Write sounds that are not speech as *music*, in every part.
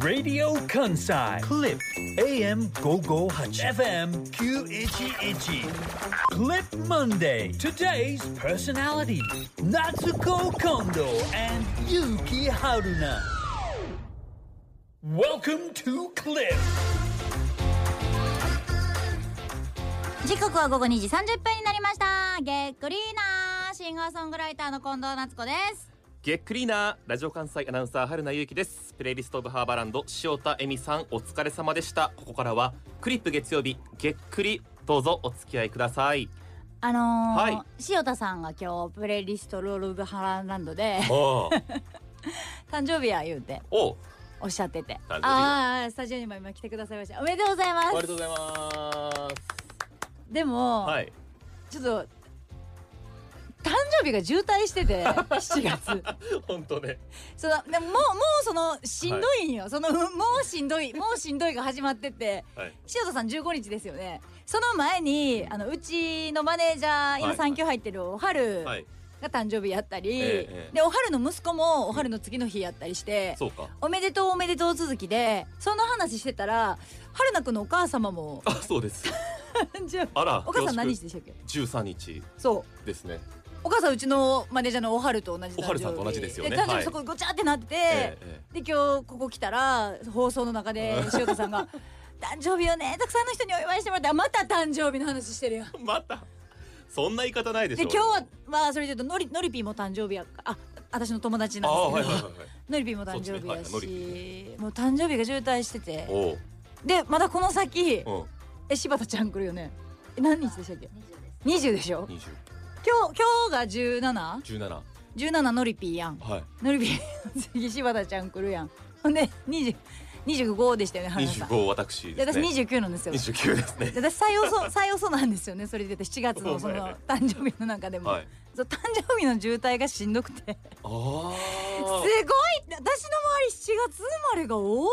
Radio Kansai Clip AM 558 FM 911 Clip Monday Today's personality Natsuko Kondo and Yuki Haruna Welcome to Clip 時刻は午後2時30分になりましたげっくりーなーシンガーソングライターの近藤夏子ですゲックリーナーラジオ関西アナウンサー春名優紀ですプレイリストオブハーバーランド塩田恵美さんお疲れ様でしたここからはクリップ月曜日げっくりどうぞお付き合いくださいあのーはい塩田さんが今日プレイリストロール・オブ・ハランランド *laughs* でおー誕生日や言うておうおっしゃってて誕生日ああスタジオにも今来てくださいましたおめでとうございまありがすとうございますでも、はいちょっと誕生日が渋滞して *laughs* て7月本当ねそのでももうもうそのしんどいんよ、そのもうしんどいもうしんどいが始まっててはい塩田さん15日ですよねその前にあのうちのマネージャー今はい産休入ってるおはるはいが誕生日やったり、ええでおはるの息子もおはるの次の日やったりして、そうかおめでとうおめでとう続きでその話してたら春菜くんのお母様もあそうです誕生日あらお母さん何日してでしたっけ13日そうですねお母さんうちのマネージャーのおはると同じ誕生日おはるさんと同じですよね誕生は日いそこごちゃってなってて、ええで今日ここ来たら放送の中で塩田さん *laughs* が「誕生日よねたくさんの人にお祝いしてもらってあまた誕生日の話してるやん」ええまたそんな言い方ないでしでょ今日はまあそれで言うとのりのりぴーも誕生日やかあ私の友達あなんであはいすはけいど、はいはいのりぴーも誕生日やそうですねはいし、もう誕生日が渋滞してておでまだこの先ううんえ柴田ちゃん来るよねえ何日でしたっけ20でしょ20今日今日が17は1717のりぴーやんいのりぴー *laughs* の次柴田ちゃん来るやんほんで20 25でしたよね花さん。 25私で私ですね29なんですよ。 29ですねで私最遅 *laughs* そう最遅なんですよねそれで言って7月のそおの前誕生日の中でも、はいそう *laughs* 誕生日の渋滞がしんどくてすあごいあ私の周り7月生まれが多い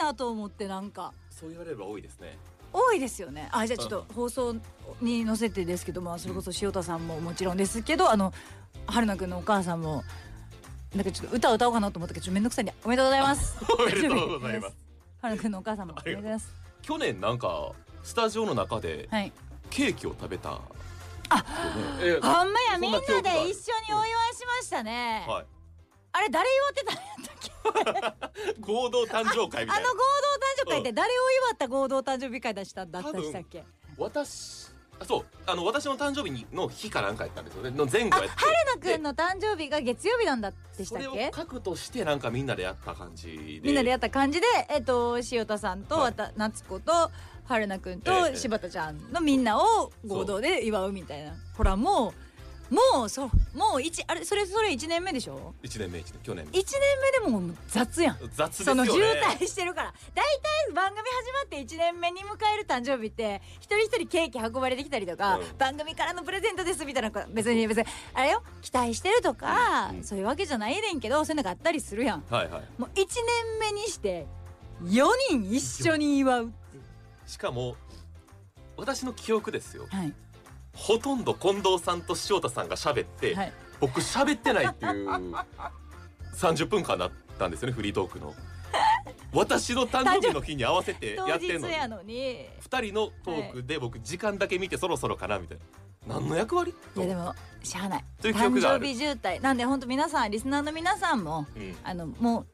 なと思ってなんかそう言われれば多いですね多いですよねあじゃあちょっと放送に載せてですけどもそれこそ塩田さんももちろんですけどあの春菜くんのお母さんもなんかちょっと歌を歌おうかなと思ったけどちょっと面倒くさいんでおめでとうございますおめでとうございます春菜くんのお母さんもおめでとうございます去年なんかスタジオの中ではいケーキを食べたよね、えほんまやそんみんなな記憶があで一緒におる祝いしましたね、はいあれ誰祝ってたんやったっけ合同誕生会みあのたい合な同誕生会って誰を祝った合同誕生日会出したんだったでしたっけ私あそうあの私の誕生日にの日かなんかやったんですよねの前後あやって春菜くんの誕生日が月曜日なんだでしたっそれけを核としてなんかみんなでやった感じでみんなでやった感じで、えっと、塩田さんと、はいわた夏子と春菜くんえとえ柴田ちゃんのみんなを合同で祝うみたいなほらもうもうそもう一あれそれそれ1年目でしょ1年目一年去年1年目でももう雑やん雑ですそよねの渋滞してるから大体番組始まって1年目に迎える誕生日って一人一人ケーキ運ばれてきたりとか、うん番組からのプレゼントですみたいなこと別に別にあれよ期待してるとか、うんうんそういうわけじゃないねんけどそういうのがあったりするやんはいはいもう1年目にして4人一緒に祝う、しかも私の記憶ですよはいほとんど近藤さんと塩田さんが喋って、はい、僕喋ってないっていう30分間だったんですよねフリートークの *laughs* 私の誕生日の日に合わせてや当ってんの日にやのに2人のトークで僕時間だけ見てそろそろかなみたいな何の役割いやでもしゃあないという記誕憶があ生る日渋滞なんで本当皆さんリスナーの皆さんもうんあのもう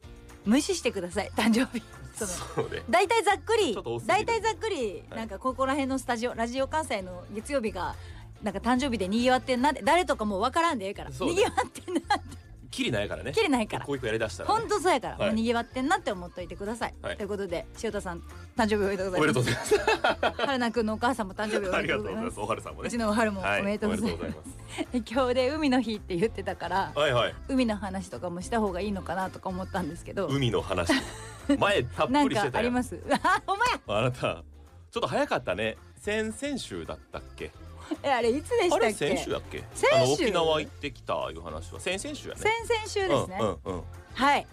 無視してください誕生日そのそうね大体ざっくりちょっと多すぎる大体ざっくりはいなんかここら辺のスタジオラジオ関西の月曜日がなんか誕生日で賑わってんなって誰とかもう分からんでええからそうね賑わってんなってきりないからねきれないからこういうやりだしたら、ほねん、とそうやから、はいもう賑わってんなって思っといてください、はいということで塩田さん誕生日おめでとうおごめざいまでとうすございます春菜くんのお母さんも誕生日おあめりでがととうございうございまますすおはるさんもうねちのおはるもはいおめでとうございます,、今日で海の日って言ってたからはいはい海の話とかもした方がいいのかなとか思ったんですけど海の話前たっなんぷりしかてたありよます *laughs* あお前あなたちょっと早かったね先々週だったっけえあれいつでしたあっけれ先週だっけ先週あの沖縄行ってきたいう話は先々週やね先々週ですね、うんうんうんはい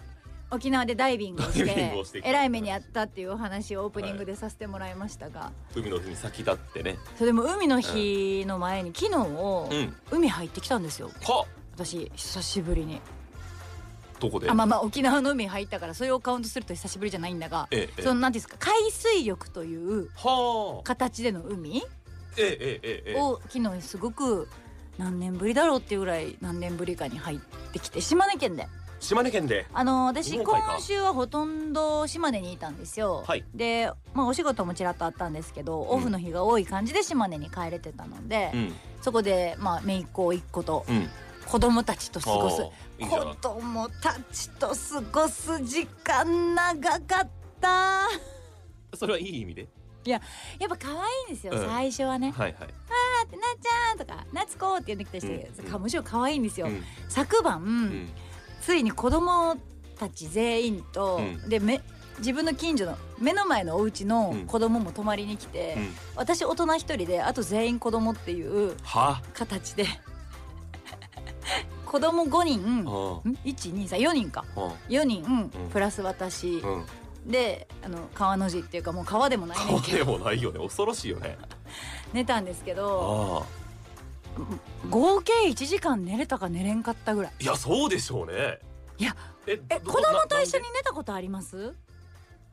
沖縄でダイビングをしてダイビングをしてきたえらい目にあったっていうお話をオープニングでさせてもらいましたが、海の日に先立ってねそれでも海の日の前に昨日、うん海入ってきたんですよは私久しぶりにどこであまあまあ沖縄の海入ったからそれをカウントすると久しぶりじゃないんだが、ええええそのなんていうんですか海水浴というはあ形での海ええええええを昨日すごく何年ぶりだろうっていうぐらい何年ぶりかに入ってきて島根県で島根県であの私日本海か今週はほとんど島根にいたんですよ、はいで、まあ、お仕事もちらっとあったんですけどオフの日が多い感じで島根に帰れてたので、うんそこでまあ姪っ子一個とうん子供たちと過ごすああいいじゃ子ん供たちと過ごす時間長かったそれはいい意味でやっぱ可愛いんですよ、うん最初はねはいはい「あってなっちゃん」とか「夏子」って呼んできたりして、うんかむしろ可愛いんですよ、うん昨晩、うんついに子供たち全員と、うんでめ自分の近所の目の前のお家のうん子供も泊まりに来て、うん私大人一人であと全員子供っていうは形で *laughs* 子供5人あうん1234人かうん4人、んプラス私、うんであの川の字っていうかもう川でもないね顔んけでどもないよね恐ろしいよね寝たんですけどああ合計1時間寝れたか寝れんかったぐらいいやそうでしょうねいやええど子供と一緒ななんにで寝たことあります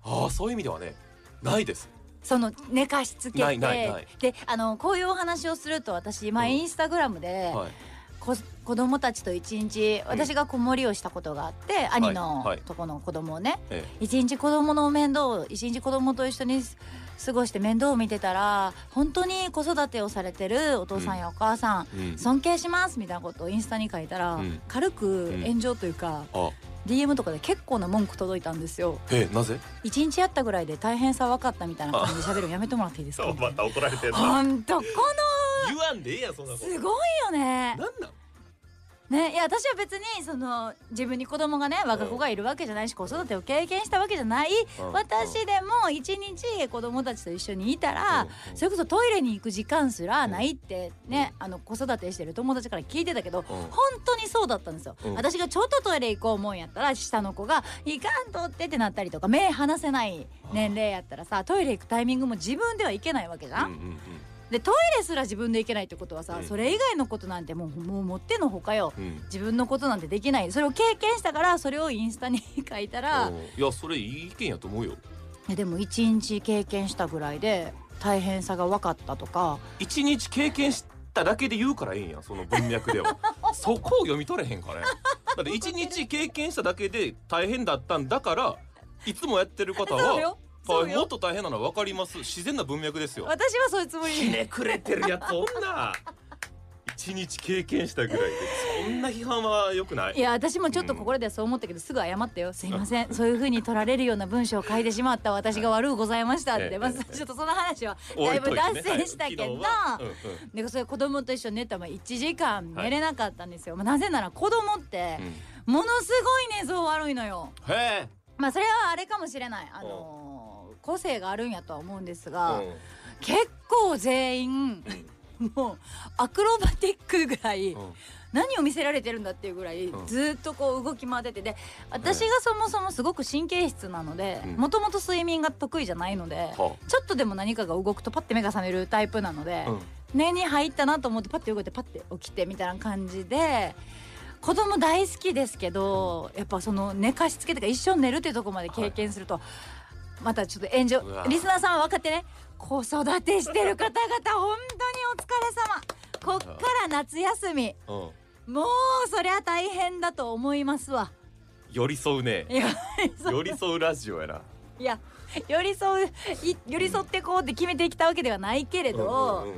ああそういう意味ではねないですその寝かしつけてないないないであのこういうお話をすると私、まあ、うんインスタグラムで、はいこ子供たちと一日私が子守りをしたことがあって、兄のはいとこの子供をねええ一日子供の面倒を一日子供と一緒にす過ごして面倒を見てたら本当に子育てをされてるお父さんやお母さん、うん尊敬しますみたいなことをインスタに書いたら、うん軽くうん炎上というか、あ DM とかで結構な文句届いたんですよ。えなぜ一日やったぐらいで大変さ分かったみたいな感じで喋るのやめてもらっていいですかそうまた怒られてんな本当こ言わんでええやんそんなのことすごいよね。なんなんねいや私は別にその自分に子供がね我が子がいるわけじゃないし子育てを経験したわけじゃないうん私でも一日子供たちと一緒にいたらうんうんそれこそトイレに行く時間すらないってねあの子育てしてる友達から聞いてたけどうん本当にそうだったんですようん私がちょっとトイレ行こうもんやったら下の子が「いかんとって」ってなったりとか目離せない年齢やったらさトイレ行くタイミングも自分では行けないわけじゃうんん。うんでトイレすら自分で行けないってことはさうんそれ以外のことなんてもうもう持ってのほかよ。うんうん自分のことなんてできないそれを経験したからそれをインスタに書いたらうんいやそれいい意見やと思うよいやでも一日経験したぐらいで大変さが分かったとか一日経験しただけで言うからええんやその文脈で *laughs* はそこを読み取れへんからねだって一日経験しただけで大変だったんだからいつもやってる方そうはよそう大変もっよと大変なのは分かります自然な文脈ですよ私はそういうつもりひねくれてるやつおんな一日経験したぐらいでそんな批判は良くないいや私もちょっと心ではそう思ったけど、すぐ謝ったよすいませんそういう風に取られるような文章を書いてしまった私が悪うございましたっええて、まあ、ええちょっとその話 *laughs* は置だいとぶて脱ね線したけど、はい昨日はうんうんでそれ子供と一緒に寝たま1時間寝れなかったんですよ、まあ、なぜなら子供ってうんものすごい寝相悪いのよ。へえまあそれはあれかもしれない、あのー個性があるんやとは思うんですが、うん結構全員もうアクロバティックぐらい、うん何を見せられてるんだっていうぐらい、うんずーっとこう動き回っててで私がそもそもすごく神経質なのでうんもともと睡眠が得意じゃないので、はちょっとでも何かが動くとパッて目が覚めるタイプなので。あうん寝に入ったなと思ってパッて動いてパッて起きてみたいな感じで子供大好きですけどやっぱその寝かしつけとか一生寝るっていうところまで経験すると、またちょっと炎うわ上リスナーさんは分かってね子育てしてる方々本当にお疲れ様こっから夏休みうんもうそりゃ大変だと思いますわ寄り添うねいや寄り添うラジオやないや寄り添うい寄り添ってこうって決めてきたわけではないけれど、うんうんうんうん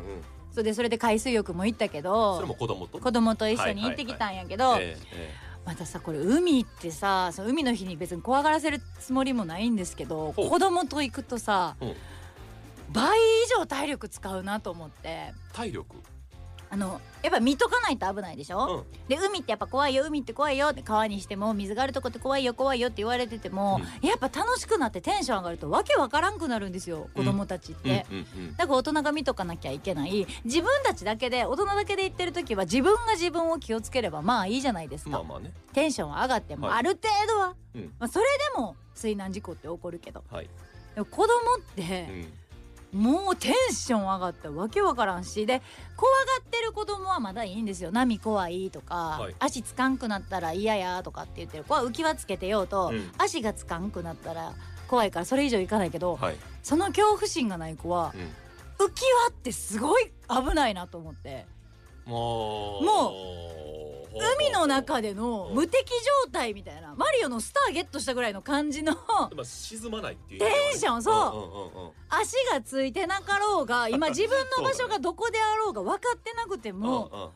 それでそれで海水浴も行ったけどそれも子供と子供と一緒に行ってきたんやけど、えええまたさこれ海行ってさその海の日に別に怖がらせるつもりもないんですけどほう子供と行くとさえうん倍以上体力使うなと思って体力あのやっぱ見とかないと危ないでしうょ、んで海ってやっぱ怖いよ海って怖いよって川にしても水があるとこって怖いよ怖いよって言われてても、やっぱ楽しくなってテンション上がるとわけわからんくなるんですよ子供たちって。うんうんだから大人が見とかなきゃいけない自分たちだけで大人だけで言ってる時は自分が自分を気をつければまあいいじゃないですうか、んまあまあねテンションは上がってもはいある程度は、うんまあ、それでも水難事故って起こるけどはいでも子供ってうんもうテンション上がったわけわからんしで怖がってる子供はまだいいんですよ波怖いとか、はい足つかんくなったら嫌やとかって言ってる子は浮き輪つけてようと、うん足がつかんくなったら怖いからそれ以上いかないけど、はい、その恐怖心がない子はうん浮き輪ってすごい危ないなと思ってもうもう海の中での無敵状態みたいなマリオのスターゲットしたぐらいの感じの *laughs* まあ沈まないっていう、テンションそううんうんうん、足がついてなかろうが今自分の場所がどこであろうが分かってなくても。うんうん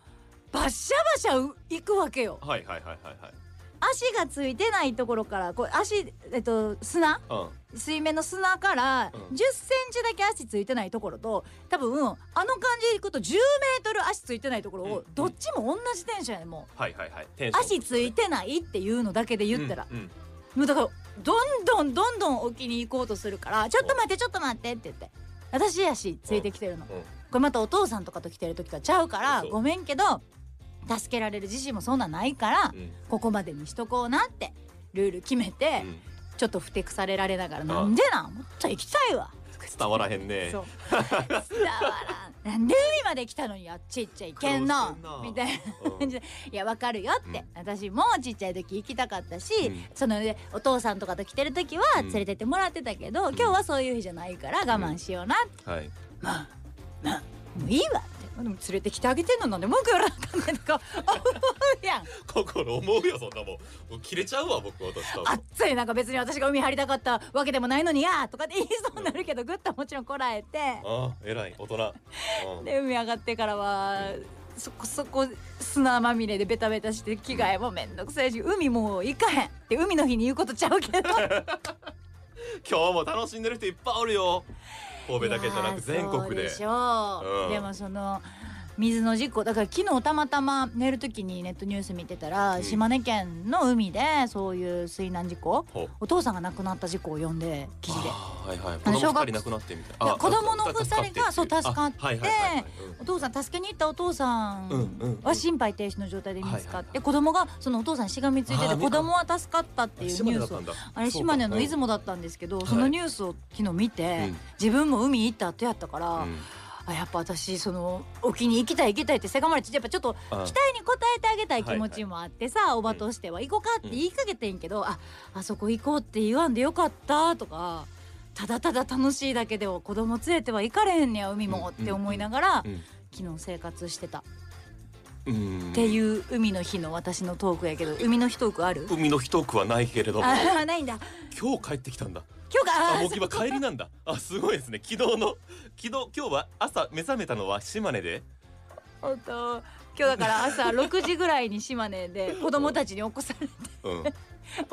バッシャバシャう行くわけよはいはいはいはいはい足がついてないところからこう足、えっと、砂うん水面の砂から1うん0センチだけ足ついてないところと多分あの感じでいくと1 0メートル足ついてないところうをんどっちも同じテンションやねんもはいはいはいテンうション足ついてないっていうのだけで言ったら、うんうんもうだからどんどんどんどん沖に行こうとするから「ちょっと待ってちょっと待って」って言って私足ついてきてるの、うんうんこれまたお父さんとかと来てる時とはちゃうからそうごめんけど助けられる自信もそんなんないから、うんここまでにしとこうなってルール決めて、うんちょっとふてくされられながら「んなんでなんもっと行きたいわ」伝わらへんねそう伝わらんなんで海まで来たのにあっち行っちゃいけんの苦労してんなみたいな感じで「いやわかるよ」って、うん私もちっちゃい時行きたかったし、うんその上お父さんとかと来てる時はうん連れてってもらってたけど、今日はそういう日じゃないから我慢しような、はいまあまあもういいわってでも連れてきてあげてんのなんで文句言わなかったんだと *laughs* か思うやん心思うよそんなもんもう切れちゃうわ僕私多分熱いなんか別に私が海張りたかったわけでもないのにやーとかって言いそうになるけどぐっともちろんこらえてああ偉い *laughs* 大人、うんで海上がってからはそこそこ砂まみれでベタベタして着替えもめんどくさいし海もう行かへんって海の日に言うことちゃうけ *laughs* ど今日も楽しんでる人いっぱいおるよ神戸だけじゃなくいや全ー国そうででしょう、うんでもその水の事故だから昨日たまたま寝る時にネットニュース見てたら、うん島根県の海でそういう水難事故ほうお父さんが亡くなった事故を読んで記事であーはいはいあの子小供学二人亡くなってみたいいなや子供の二人がそう助かってはいはいはいはいうんお父さん助けに行ったお父さうんうんうんんは心肺停止の状態で見つはいはかいっはいて子供がそのお父さんにしがみついてあーて子供は助かったっていう島ニ根ューだっスたをんだあれ島根の出そう雲だったんですけどいそのニュースを昨日見うてん自分も海行った後やったかかうらんあやっぱ私その沖に行きたい行きたいってせがまれてやっぱちょっとあー期待に応えてあげたい気持ちもあってさおばとしては行こうかって言いかけてんけどああそこ行こうって言わんでよかったとか。ただただ楽しいだけでは子供連れては行かれへんねや海もって思いながらうん昨日生活してたうんっていう海の日の私のトークやけど海の日トークある海の一区はないけれどもあーないんだ今日帰ってきたんだ今日がああもーう今帰りなんだあすごいですね昨日の昨日今日は朝目覚めたのは島根でそうと今日だから朝 *laughs* 6時ぐらいに島根で子供たちに起こされ *laughs* うん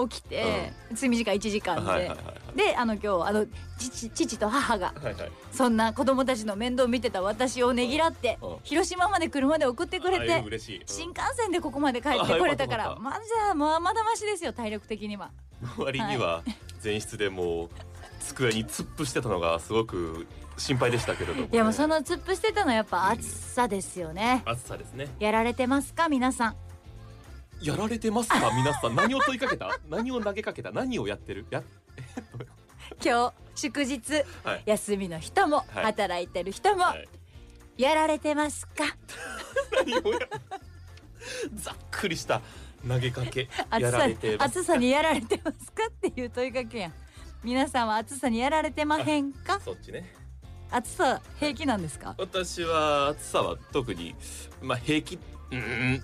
起きて睡眠時間1時間はいはいではい。であの今日あの父父と母がはいはいそんな子供たちの面倒見てた私をねぎらってうんうん広島まで車で送ってくれあいてや嬉しい、新幹線でここまで帰ってこれたかあよらかまあじゃあまあまだましですよ体力的にはうん割には前室でもう机に突っ伏してたのがすごく心配でしたけれどもね、いやもうその突っ伏してたのはやっぱ暑さですよね暑さですねやられてますか皆さんやられてますか皆さん何を問いかけた *laughs* 何を投げかけた何をやってるや今日祝日はい休みの人もはい働いてる人もはいやられてますか何をやざっくりした投げかけや暑らされてます暑さにやられてますかっていう問いかけやん皆さんは暑さにやられてまへんかそっちね暑さ平気なんですか私は暑さは特にまあ平気うーん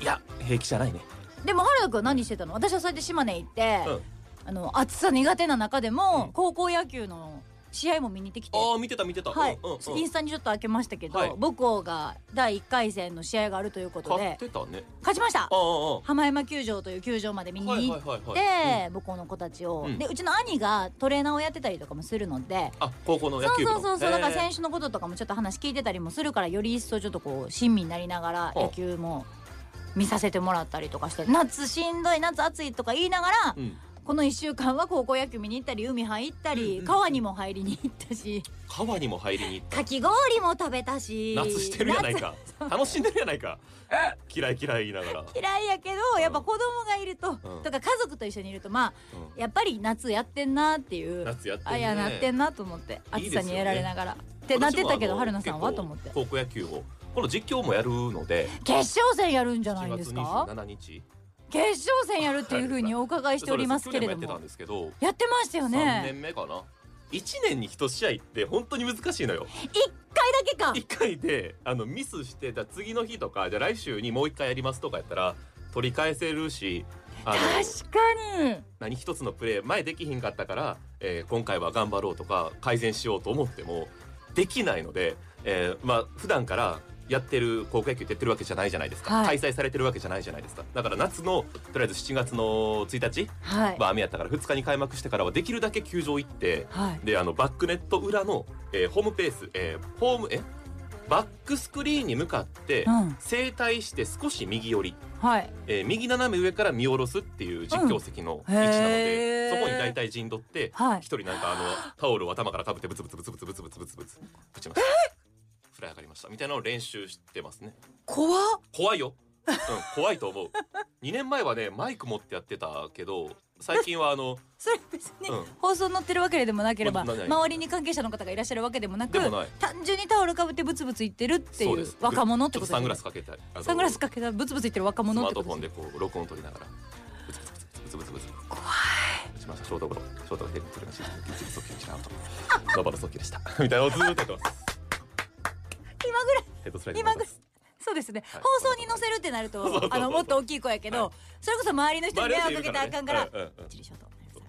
いや平気じゃないねでも原田君は何してたの私はそうやって島根行って、うんあの暑さ苦手な中でも、うん高校野球の試合も見に行ってきてああ見てた見てたはい、うんうんうんインスタにちょっと開けましたけど、はい母校が第1回戦の試合があるということ買でってたね勝ちましたああ浜山球場という球場まで見にああはい行はっいはいて、はい母校の子たちを、うんでうちの兄がトレーナーをやってたりとかもするので、うんあ高校のそ野球う部のそうそうそう、へーだから選手のこととかもちょっと話聞いてたりもするからより一層ちょっとこう親身になりながらうん野球も見させてもらったりとかして夏しんどい夏暑いとか言いながらうん子この1週間は高校野球見に行ったり海入ったり、川にも入りに行ったし川にも入りにかき氷も食べたし夏してるやないか楽しんでるやないか嫌い嫌い言いながら、夏嫌いやけどやっぱ子供がいると、うんとか家族と一緒にいるとまうあやっぱり夏やってんなっていん、う、夏やってるあねいやなってんなと思っていい暑ですよねさにやられながら、ってなってたけど私もあの春菜さんは結と構思って高校野球をこの実況もやるので決勝戦やるんじゃない7んで月すか27日決勝戦やるっていうふうにお伺いしておりますけれどそうです去年やってたもんですけどやってましたよ3ね年目かな1年に1試合って本当に難しいのよ一回だけか1回であのミスしてじゃあ次の日とかじゃあ来週にもう1回やりますとかやったら取り返せるしあの確かに何一つのプレー前できひんかったから、えー今回は頑張ろうとか改善しようと思ってもできないので、えーまあ普段からやってる高校野球ってやってるわけじゃないじゃないですか、はい開催されてるわけじゃないじゃないですかだから夏のとりあえず7月の1日はい、まあ、雨やったから2日に開幕してからはできるだけ球場行ってはいであのバックネット裏の、えーホームペース、えーホームえバックスクリーンに向かってうん正対して少し右寄り、はいえー右斜め上から見下ろすっていう実況席の位置なので、へーそこに大体陣取って一、はい人なんかあのタオルを頭からかぶってブツブツブツブツブツブツブツブツ打ちましたフライ上がりましたみたいなのを練習してますね怖っ怖いよ、うん、怖いと思う2年前はねマイク持ってやってたけど最近はあのそれ別に、うん放送に載ってるわけでもなければまない周りに関係者の方がいらっしゃるわけでもなくでもない単純にタオルかぶってブツブツ言ってるってそういでうす若者ってことちょっとサでングラすスかけたりあのサングラスかけたブツブツ言ってる若ス者マってーことトフォンででこう録音取りながらブツブツブツブツブツブツブツ怖い打ちましたショートゴロショートが手に取りましたブツブツ速球キラーとババの速球でしたみたいなのをずーっとやってます今ぐらいヘッドスライド今ぐらいすそうですね、はい放送に載せるってなるとそうそうそうそうあのもっと大きい声やけど、はそれこそ周りの人に迷惑かけたらあかんからうんうんうん一理しようと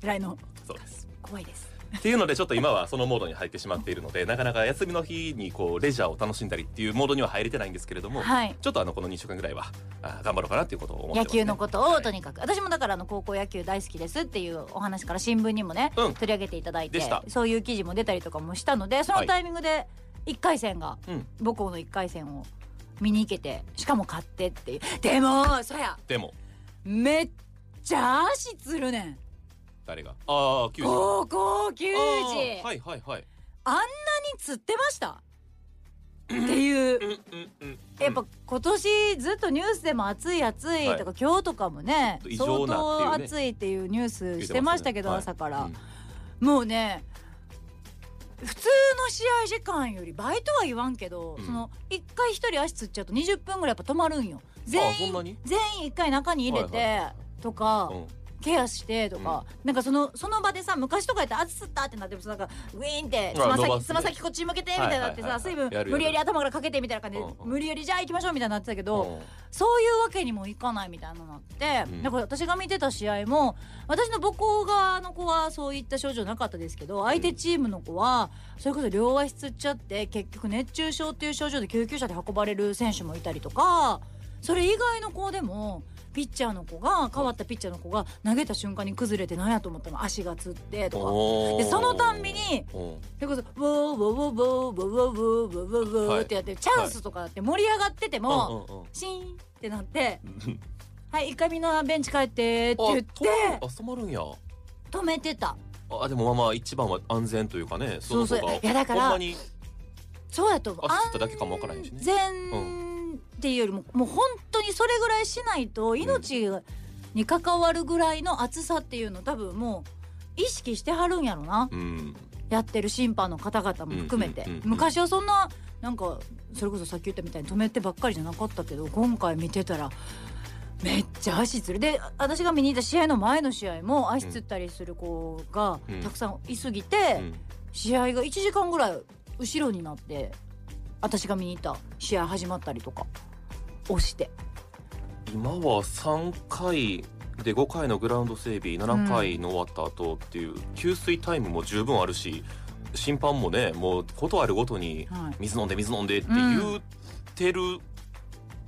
ぐらいのそうです怖いですっていうのでちょっと今はそのモードに入ってしまっているのでなかなか休みの日にこうレジャーを楽しんだりっていうモードには入れてないんですけれども、はいちょっとあのこの2週間ぐらいはあー頑張ろうかなっていうことを思って野ます、ね、球のことはをいとにかく、私もだからあの高校野球大好きですっていうお話から新聞にもね、うん取り上げていただいてでしたそういう記事も出たりとかもしたのでそのタイミングで1回戦が、うん母校の1回戦を見に行けてしかも勝ってっていうでもそやでもめっちゃ足つるねん誰がああ球児高校球児、あーはいはいはいに釣ってましたっていううんうんうんやっぱ今年ずっとニュースでも暑い暑いとか、今日とかもね異相常なっていうね当暑いっていうニュースしてましたけど、言って朝かますねら、はいもうね普通の試合時間より倍とは言わんけど、うんその1回1人足つっちゃうと20分ぐらいやっぱ止まるんよ全あそんな員に全員1回中に入れて、はいはとか、うんケアしてとか、なんかそのその場でさ昔とかやったら暑すったってなってもさなんかウィーンってつあま伸ば先すつま先こっち向けてみたいになってはいさはいはい水は分いやるやる無理やり頭からかけてみたいな感じでうんうん無理やりじゃあ行きましょうみたいになってたけどうんそういうわけにもいかないみたいなのがあって、うんだから私が見てた試合も私の母校側の子はそういった症状なかったですけど相手チームの子はそれこそ両足つっちゃって結局熱中症っていう症状で救急車で運ばれる選手もいたりとかそれ以外の子でもピッチャーの子が変わったピッチャーの子が投げた瞬間に崩れてなんやと思ったの足がつってとか。おーでそのたんびにうんそれこそ「ウォーウォーウォーウォーウォーウォーウォーウォーウォーウォー」ってやってチャンスとかだって盛り上がってても、うんうんうんシーンってなって *laughs* はい、一回みんなベンチ帰ってって言ってあ止まるあ止まるんや止めてた。あでもまあまあ一番は安全というかねそうそうの方がいやだからほんまにそうやと思う。足つっただけかもわからへんしね安全っていうよりも、もう本当にそれぐらいしないと命に関わるぐらいの暑さっていうの多分もう意識してはるんやろな。うんやってる審判の方々も含めてうんうんうんうん昔はそんななんかそれこそさっき言ったみたいに止めてばっかりじゃなかったけど今回見てたらめっちゃ足つるであ私が見に行った試合の前の試合も足つったりする子がうんたくさんいすぎうてん試合が1時間ぐらい後ろになって私が見に行った試合始まったりとか押して今は三回で5回のグラウンド整備7回の終わった後っていう給水タイムも十分あるし審判もねもうことあるごとにはい水飲んで水飲んでって言ってる、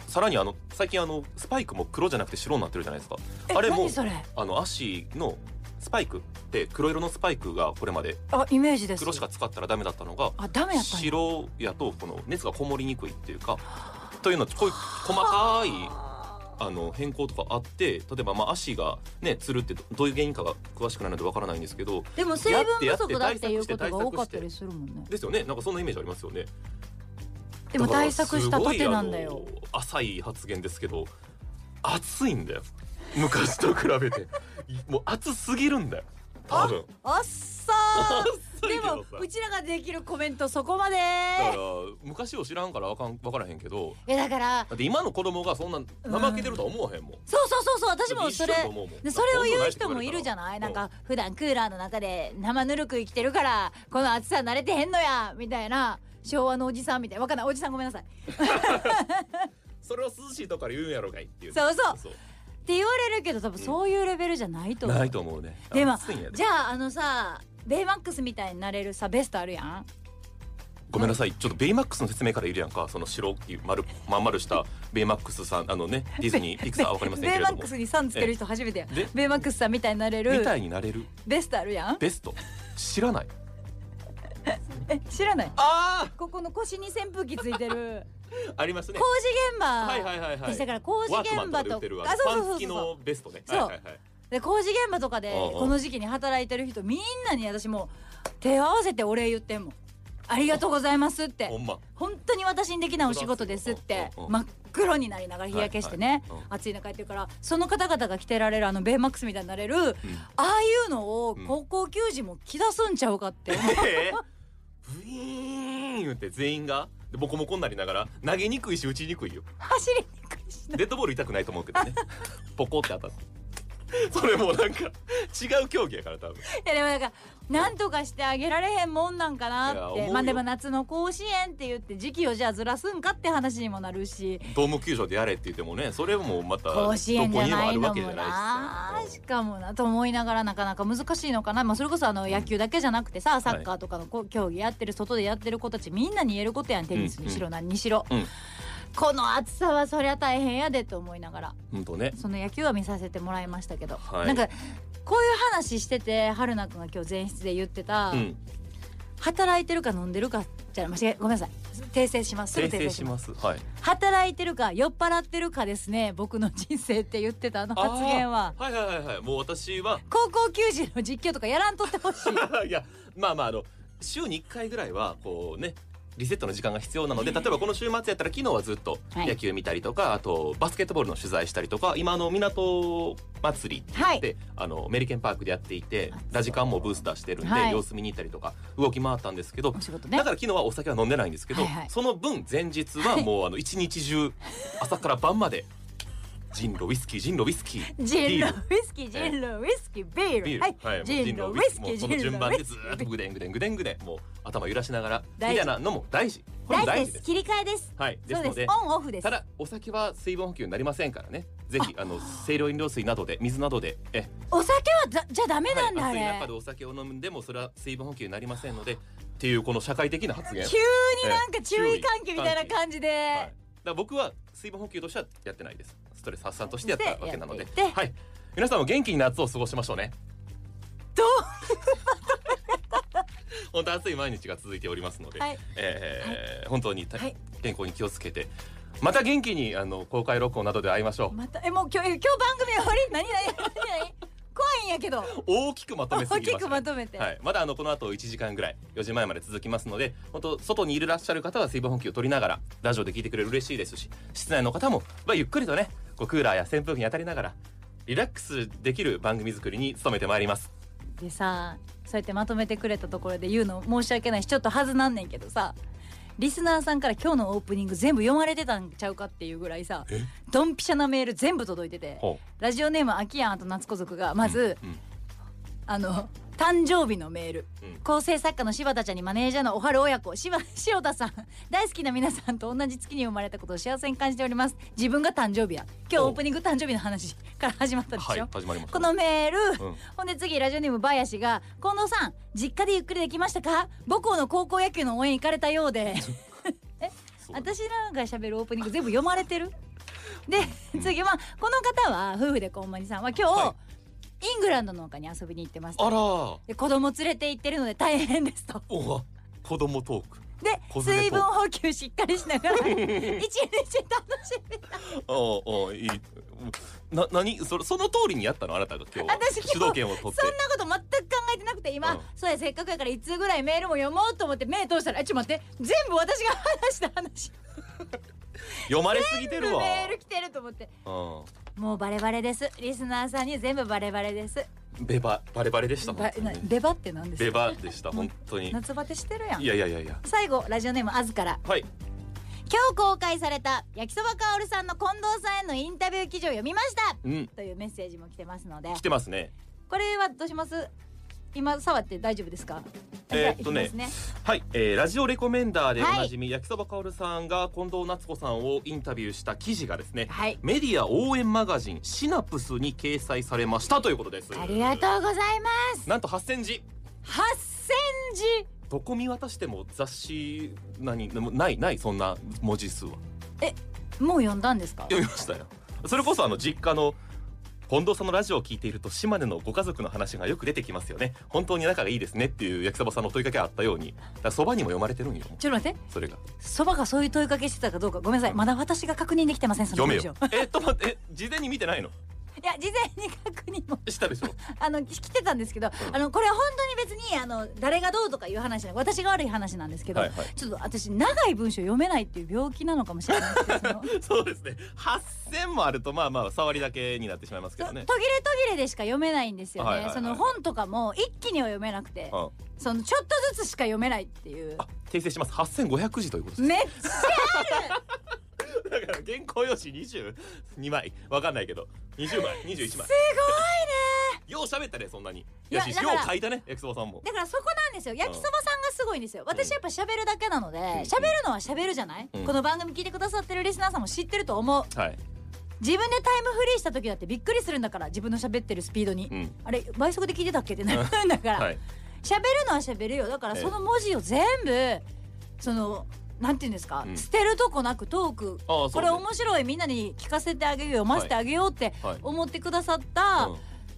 さらにあの最近あのスパイクも黒じゃなくて白になってるじゃないですかえあれも何それあの足のスパイクって黒色のスパイクがこれまであイメージです黒しか使ったらダメだったのがあダメやったんや白やとこの熱がこもりにくいっていうかというのこういう細かいあの変更とかあって例えばまあ足がねつるってどどういう原因かが詳しくないのでわからないんですけどでも水分不足だっていうことが多かったりするもんねですよねなんかそんなイメージありますよねでも対策した盾なんだよだからすごいあの浅い発言ですけど暑いんだよ昔と比べて *laughs* もう暑すぎるんだよ多分あっさー *laughs* 暑いけでどさもうちらができるコメントそこまでだから昔を知らんからわかんわからへんけどえだからだって今の子供がそんな怠けてるとは思わへんもん、そうそうそうそう私もそれだって一緒やと思うもんでそれを言う人もいるじゃないだなっんて女か普段クーラーの中で生ぬるく生きてるからこの暑さ慣れてへんのやみたいな昭和のおじさんみたいなわかんないおじさんごめんなさいっそれを涼しいとこから言うんやろかいっていうそうそうそうて言われるけど多分そういうレベルじゃないと思う、ないと思うねでも暑いんやでじゃああのさベイマックスみたいになれるさベストあるやんごめんなさいちょっとベイマックスの説明からいるやんかその白い丸まん丸したベイマックスさんあ *laughs* のねディズニーピクサーわかりませんけベイれマどッもクスにさんつける人初めてやでベイマックスさんみたいになれみるたいになれるベストあるやんベスト知らないえ知らないあここの腰に扇風機ついて *laughs* るあありますね工事現場はいはいはいはい私だから工事ワークマン現場とかで売っとてるああそうそうのパそンう付きそうのベストねそうはいはいはいで工事現場とかでうんうんこの時期に働いてる人みんなに私もう手を合わせてお礼言ってんもんありがとうございますってほんま本当に私にできないお仕事ですってうんうんうん真っ黒になりながら日焼けしてね、はいはいうん暑い中やってるからその方々が着てられるあのベイマックスみたいになれる、ああいうのをん高校球児も着出すんちゃうかって、えーブイーン言って全員がでボコボコになりながら投げにくいし打ちにくいよ走りにくいしなデッドボール痛くないと思うけどねポコって当たったそれもうなんか違う競技やから多分いやでもなんかなんとかしてあげられへんもんなんかいなっや思うてよまあでも夏の甲子園って言って時期をじゃあずらすんかって話にもなるしドーム球場でやれって言ってもねそれもまたどこ甲子園にじもゃなあいるのわけじもゃなないししかもなと思いながらなかなか難しいのかな、まあ、それこそあの野球だけじゃなくてさ、サッカーとかのこう競技やってる外でやってる子たちみんなに言えることやんテニスにしろ何にしろ、うんこの暑さはそりゃ大変やでと思いながら本当ねその野球は見させてもらいましたけど、はいなんかこういう話してて春菜くんが今日前室で言ってた、うん働いてるか飲んでるかじゃあ間違えごめんなさい訂正しますすぐ訂訂正正ししますますはい働いてるか酔っ払ってるかですね僕の人生って言ってたあの発言はあーはいはいはいはいもう私は高校球児の実況とかやらんとってほし *laughs* いいやまあまああの週に1回ぐらいはこうねリセットの時間が必要なので例えばこの週末やったら昨日はずっとはい野球見たりとか、あとバスケットボールの取材したりとか今あの港祭りはいであのメリケンパークでやっていてあラジカンもブース出してるんで、はい様子見に行ったりとか動き回ったんですけどお仕事ねだから昨日はお酒は飲んでないんですけど、はいはいその分前日はもうあの一日中朝から晩までジンロウイスキージンロウイスキージンビロウールイスキージンロウイスキービールビールはい、はいもうジンロウイスキもーうジそンロウイスのキ順番 *laughs* でずーーっとぐでんぐでんぐでんぐでんもう頭揺らしながらみ大た事いなのも大事これも大大事で事ですす切り替えですはいですそうのでですオンオフですただお酒は水分補給になりませんからねぜひあの清涼飲料水などで水などでえお酒はだじゃあダメなんだ、はい、暑いあ中でれお酒を飲んでもそれは水分補給になりませんのでっていうこの社会的な発言、急になんか注意喚起みたいな感じで、はい、だから僕は水分補給としてはやってないですストレス発散としてやったわけなのでやっていてはい皆さんも元気に夏を過ごしましょうねどう *laughs* 本当暑い毎日が続いておりますので、はいえー本当にた、はい健康に気をつけてまた元気にあの公開録音などで会いましょうまたえもう今日え今日番組終わり何何何何怖いんやけど大きくまとめすぎました、ね、大きくまとめてはい、まだあのこの後1時間ぐらい4時前まで続きますので本当外にいらっしゃる方は水分補給を取りながらラジオで聞いてくれる嬉しいですし室内の方も、まあ、ゆっくりとねこうクーラーや扇風機に当たりながらリラックスできる番組作りに努めてまいりますでさそうやってまとめてくれたところで言うの申し訳ないしちょっとはずなんねんけどさリスナーさんから今日のオープニング全部読まれてたんちゃうかっていうぐらいさドンピシャなメール全部届いててほラジオネームあきやんあと夏子族がまず、うんうんあの誕生日のメール、うん構成作家の柴田ちゃんにマネージャーのおはる親子柴塩田さん大好きな皆さんと同じ月に生まれたことを幸せに感じております自分が誕生日や今日おオープニング誕生日の話から始まったでしょ、はい始まりましこたのメール、うんほんで次ラジオネームバヤシが「近藤さん実家でゆっくりできましたか母校の高校野球の応援行かれたようで」そう私らが喋るオープニング全部読まれてる *laughs* で次はこの方は夫婦でこんまにさんは今日、はイングランドの丘に遊びに行ってますあらーで子供連れて行ってるので大変ですとおわ子供トークで小舟水と分補給しっかりしな *laughs* がら一日楽しみおうおういいな何それその通りにやったのあなたが今日私今日主導権を取ってそんなこと全く考えてなくて今、うんそうやせっかくやからいつぐらいメールも読もうと思って目通したらえちょっと待って全部私が話した話読まれすぎて全る部わメール来てると思ってもうバレバレですリスナーさんに全部バレバレですうんベババレバレでしたば本当なに出バって何ですベかバでした本当に夏バテしてるやんいやいやいやいや最後ラジオネームあずからはい今日公開された焼きそばかおるさんの近藤さんへのインタビュー記事を読みましたうんというメッセージも来てますので来てますねこれはどうします今触って大丈夫ですかえーっとじゃあ行ねきますはい、えーラジオレコメンダーでおはいなじみ、焼きそばかおるさんが近藤夏子さんをインタビューした記事がですねはいメディア応援マガジンシナプスに掲載されましたということですありがとうございますなんと8000字八千字どこ見渡しても雑誌何でもないないそんな文字数はもう読んだんですか読みましたよそれこそあの実家の近藤さんのラジオを聞いていると島根のご家族の話がよく出てきますよね本当に仲がいいですねっていう焼きそばさんの問いかけあったようにだからそばにも読まれてるんよちょっと待ってそれがそばがそういう問いかけしてたかどうかごめんなさいまだ私が確認できてませんその読め文章よえっと待ってえ事前に見てないのいや事前に確認もし *laughs* たでしょあの来てたんですけど、うんあのこれは本当に別にあの誰がどうとかいう話じゃない私が悪い話なんですけど、はいはいちょっと私長い文章読めないっていう病気なのかもしれないですけどそのとそう *laughs* ですね8000もあるとまあまあ触りだけになってしまいますけ途ど切れね途切れでしか読めないんですよね、はいはいはいその本とかも一気には読めなくて、うんそのちょっとずつしか読めないっていうあ訂正します8500字ということですめっちだから原稿用紙22枚わかんないけど20枚21枚すごいねよう喋ったねそんなにいややしだよからう書いたね焼きそばさんもだからそこなんですよ焼きそばさんがすごいんですよ私やっぱ喋るだけなので喋るのは喋るじゃない、うんこの番組聞いてくださってるリスナーさんも知ってると思うはい自分でタイムフリーした時だってびっくりするんだから自分の喋ってるスピードに、うんあれ倍速で聞いてたっけってなるんだから、はい喋るのは喋るよだからその文字を全部そのなんていうんですか、うん捨てるとこなくトークああこそうれね面白いみんなに聞かせてあげよう読ませてあげようってはい思ってくださった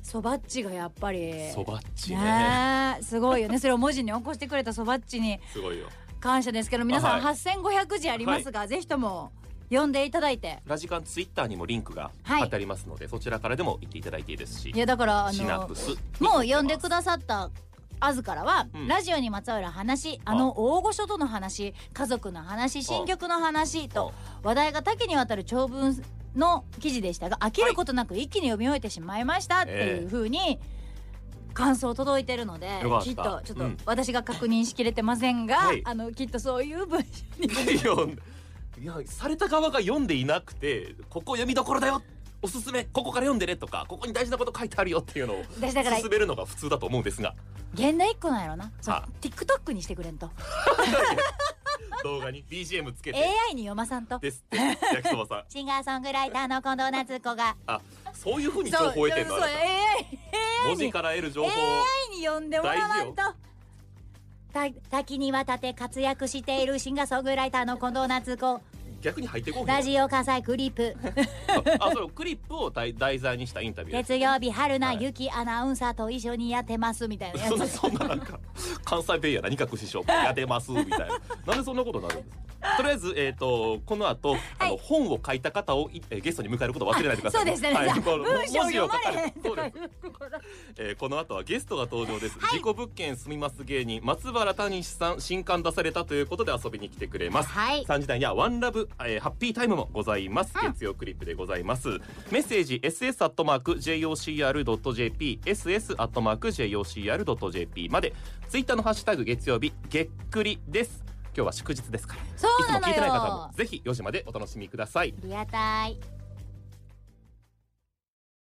そばっちがやっぱうりんそばっちねねえすごいよねそれを文字に起こしてくれたそばっちにすごいよ感謝ですけど皆さんあはい8500字ありますが、ぜひとも読んでいただいてラジカンツイッターにもリンクがはい貼ってありますのでそちらからでも行っていただいていいですしいやだからあシナのプスもう読んでくさださったあずからは、うんラジオにまつわる話あの大御所との話家族の話新曲の話と話題が多岐にわたる長文の記事でしたが飽きることなく一気に読み終えてしまいましたっていうふうに感想届いてるので、よかったきっとちょっうとん私が確認しきれてませんが、はいあのきっとそういう文章に読んで *laughs* いやされた側が読んでいなくてここ読みどころだよおすすめここから読んでねとかここに大事なこと書いてあるよっていうのを私だから進めるのが普通だと思うんですが現代一個なんやろなそのあ TikTok にしてくれんと動画に BGM つけて AI に読まさんとですって焼きそばさんシンガーソングライターの近藤夏子があそういうふうに情そう報を得てるのそうあそなう AI た AI 文に字から得る情報 AI に呼んでもらわんとた多岐にわたって活躍しているシンガーソングライターの近藤夏子逆に入ってこうへんラジオ火災クリップあそれクリップを題題材にしたインタビュー月曜日春は菜いゆきアナウンサーと一緒にやってますみたいなや *laughs* そんなつそんななんか関西弁やな二角師匠やってますみたいななんでそんなことになるんですかとりあえずえっ、とこの後、あの本を書いた方をいえゲストに迎えることを忘れないでくだそさういね、でしたね、はいこの文章読まれへん文字を書かれるそうですということえーこの後はゲストが登場です、事故物件住みます芸人松原谷さん新刊出されたということで遊びに来てくれます、はい3時台にはワンラブ、えーハッピータイムもございます、うん月曜クリップでございますメッセージ ss アットマーク jocr.jp ss アットマーク jocr.jp までツイッターのハッシュタグ月曜日げっくりです今日は祝日ですからそうないつもの聞いてない方もよぜひ4時までお楽しみくださいリアタイ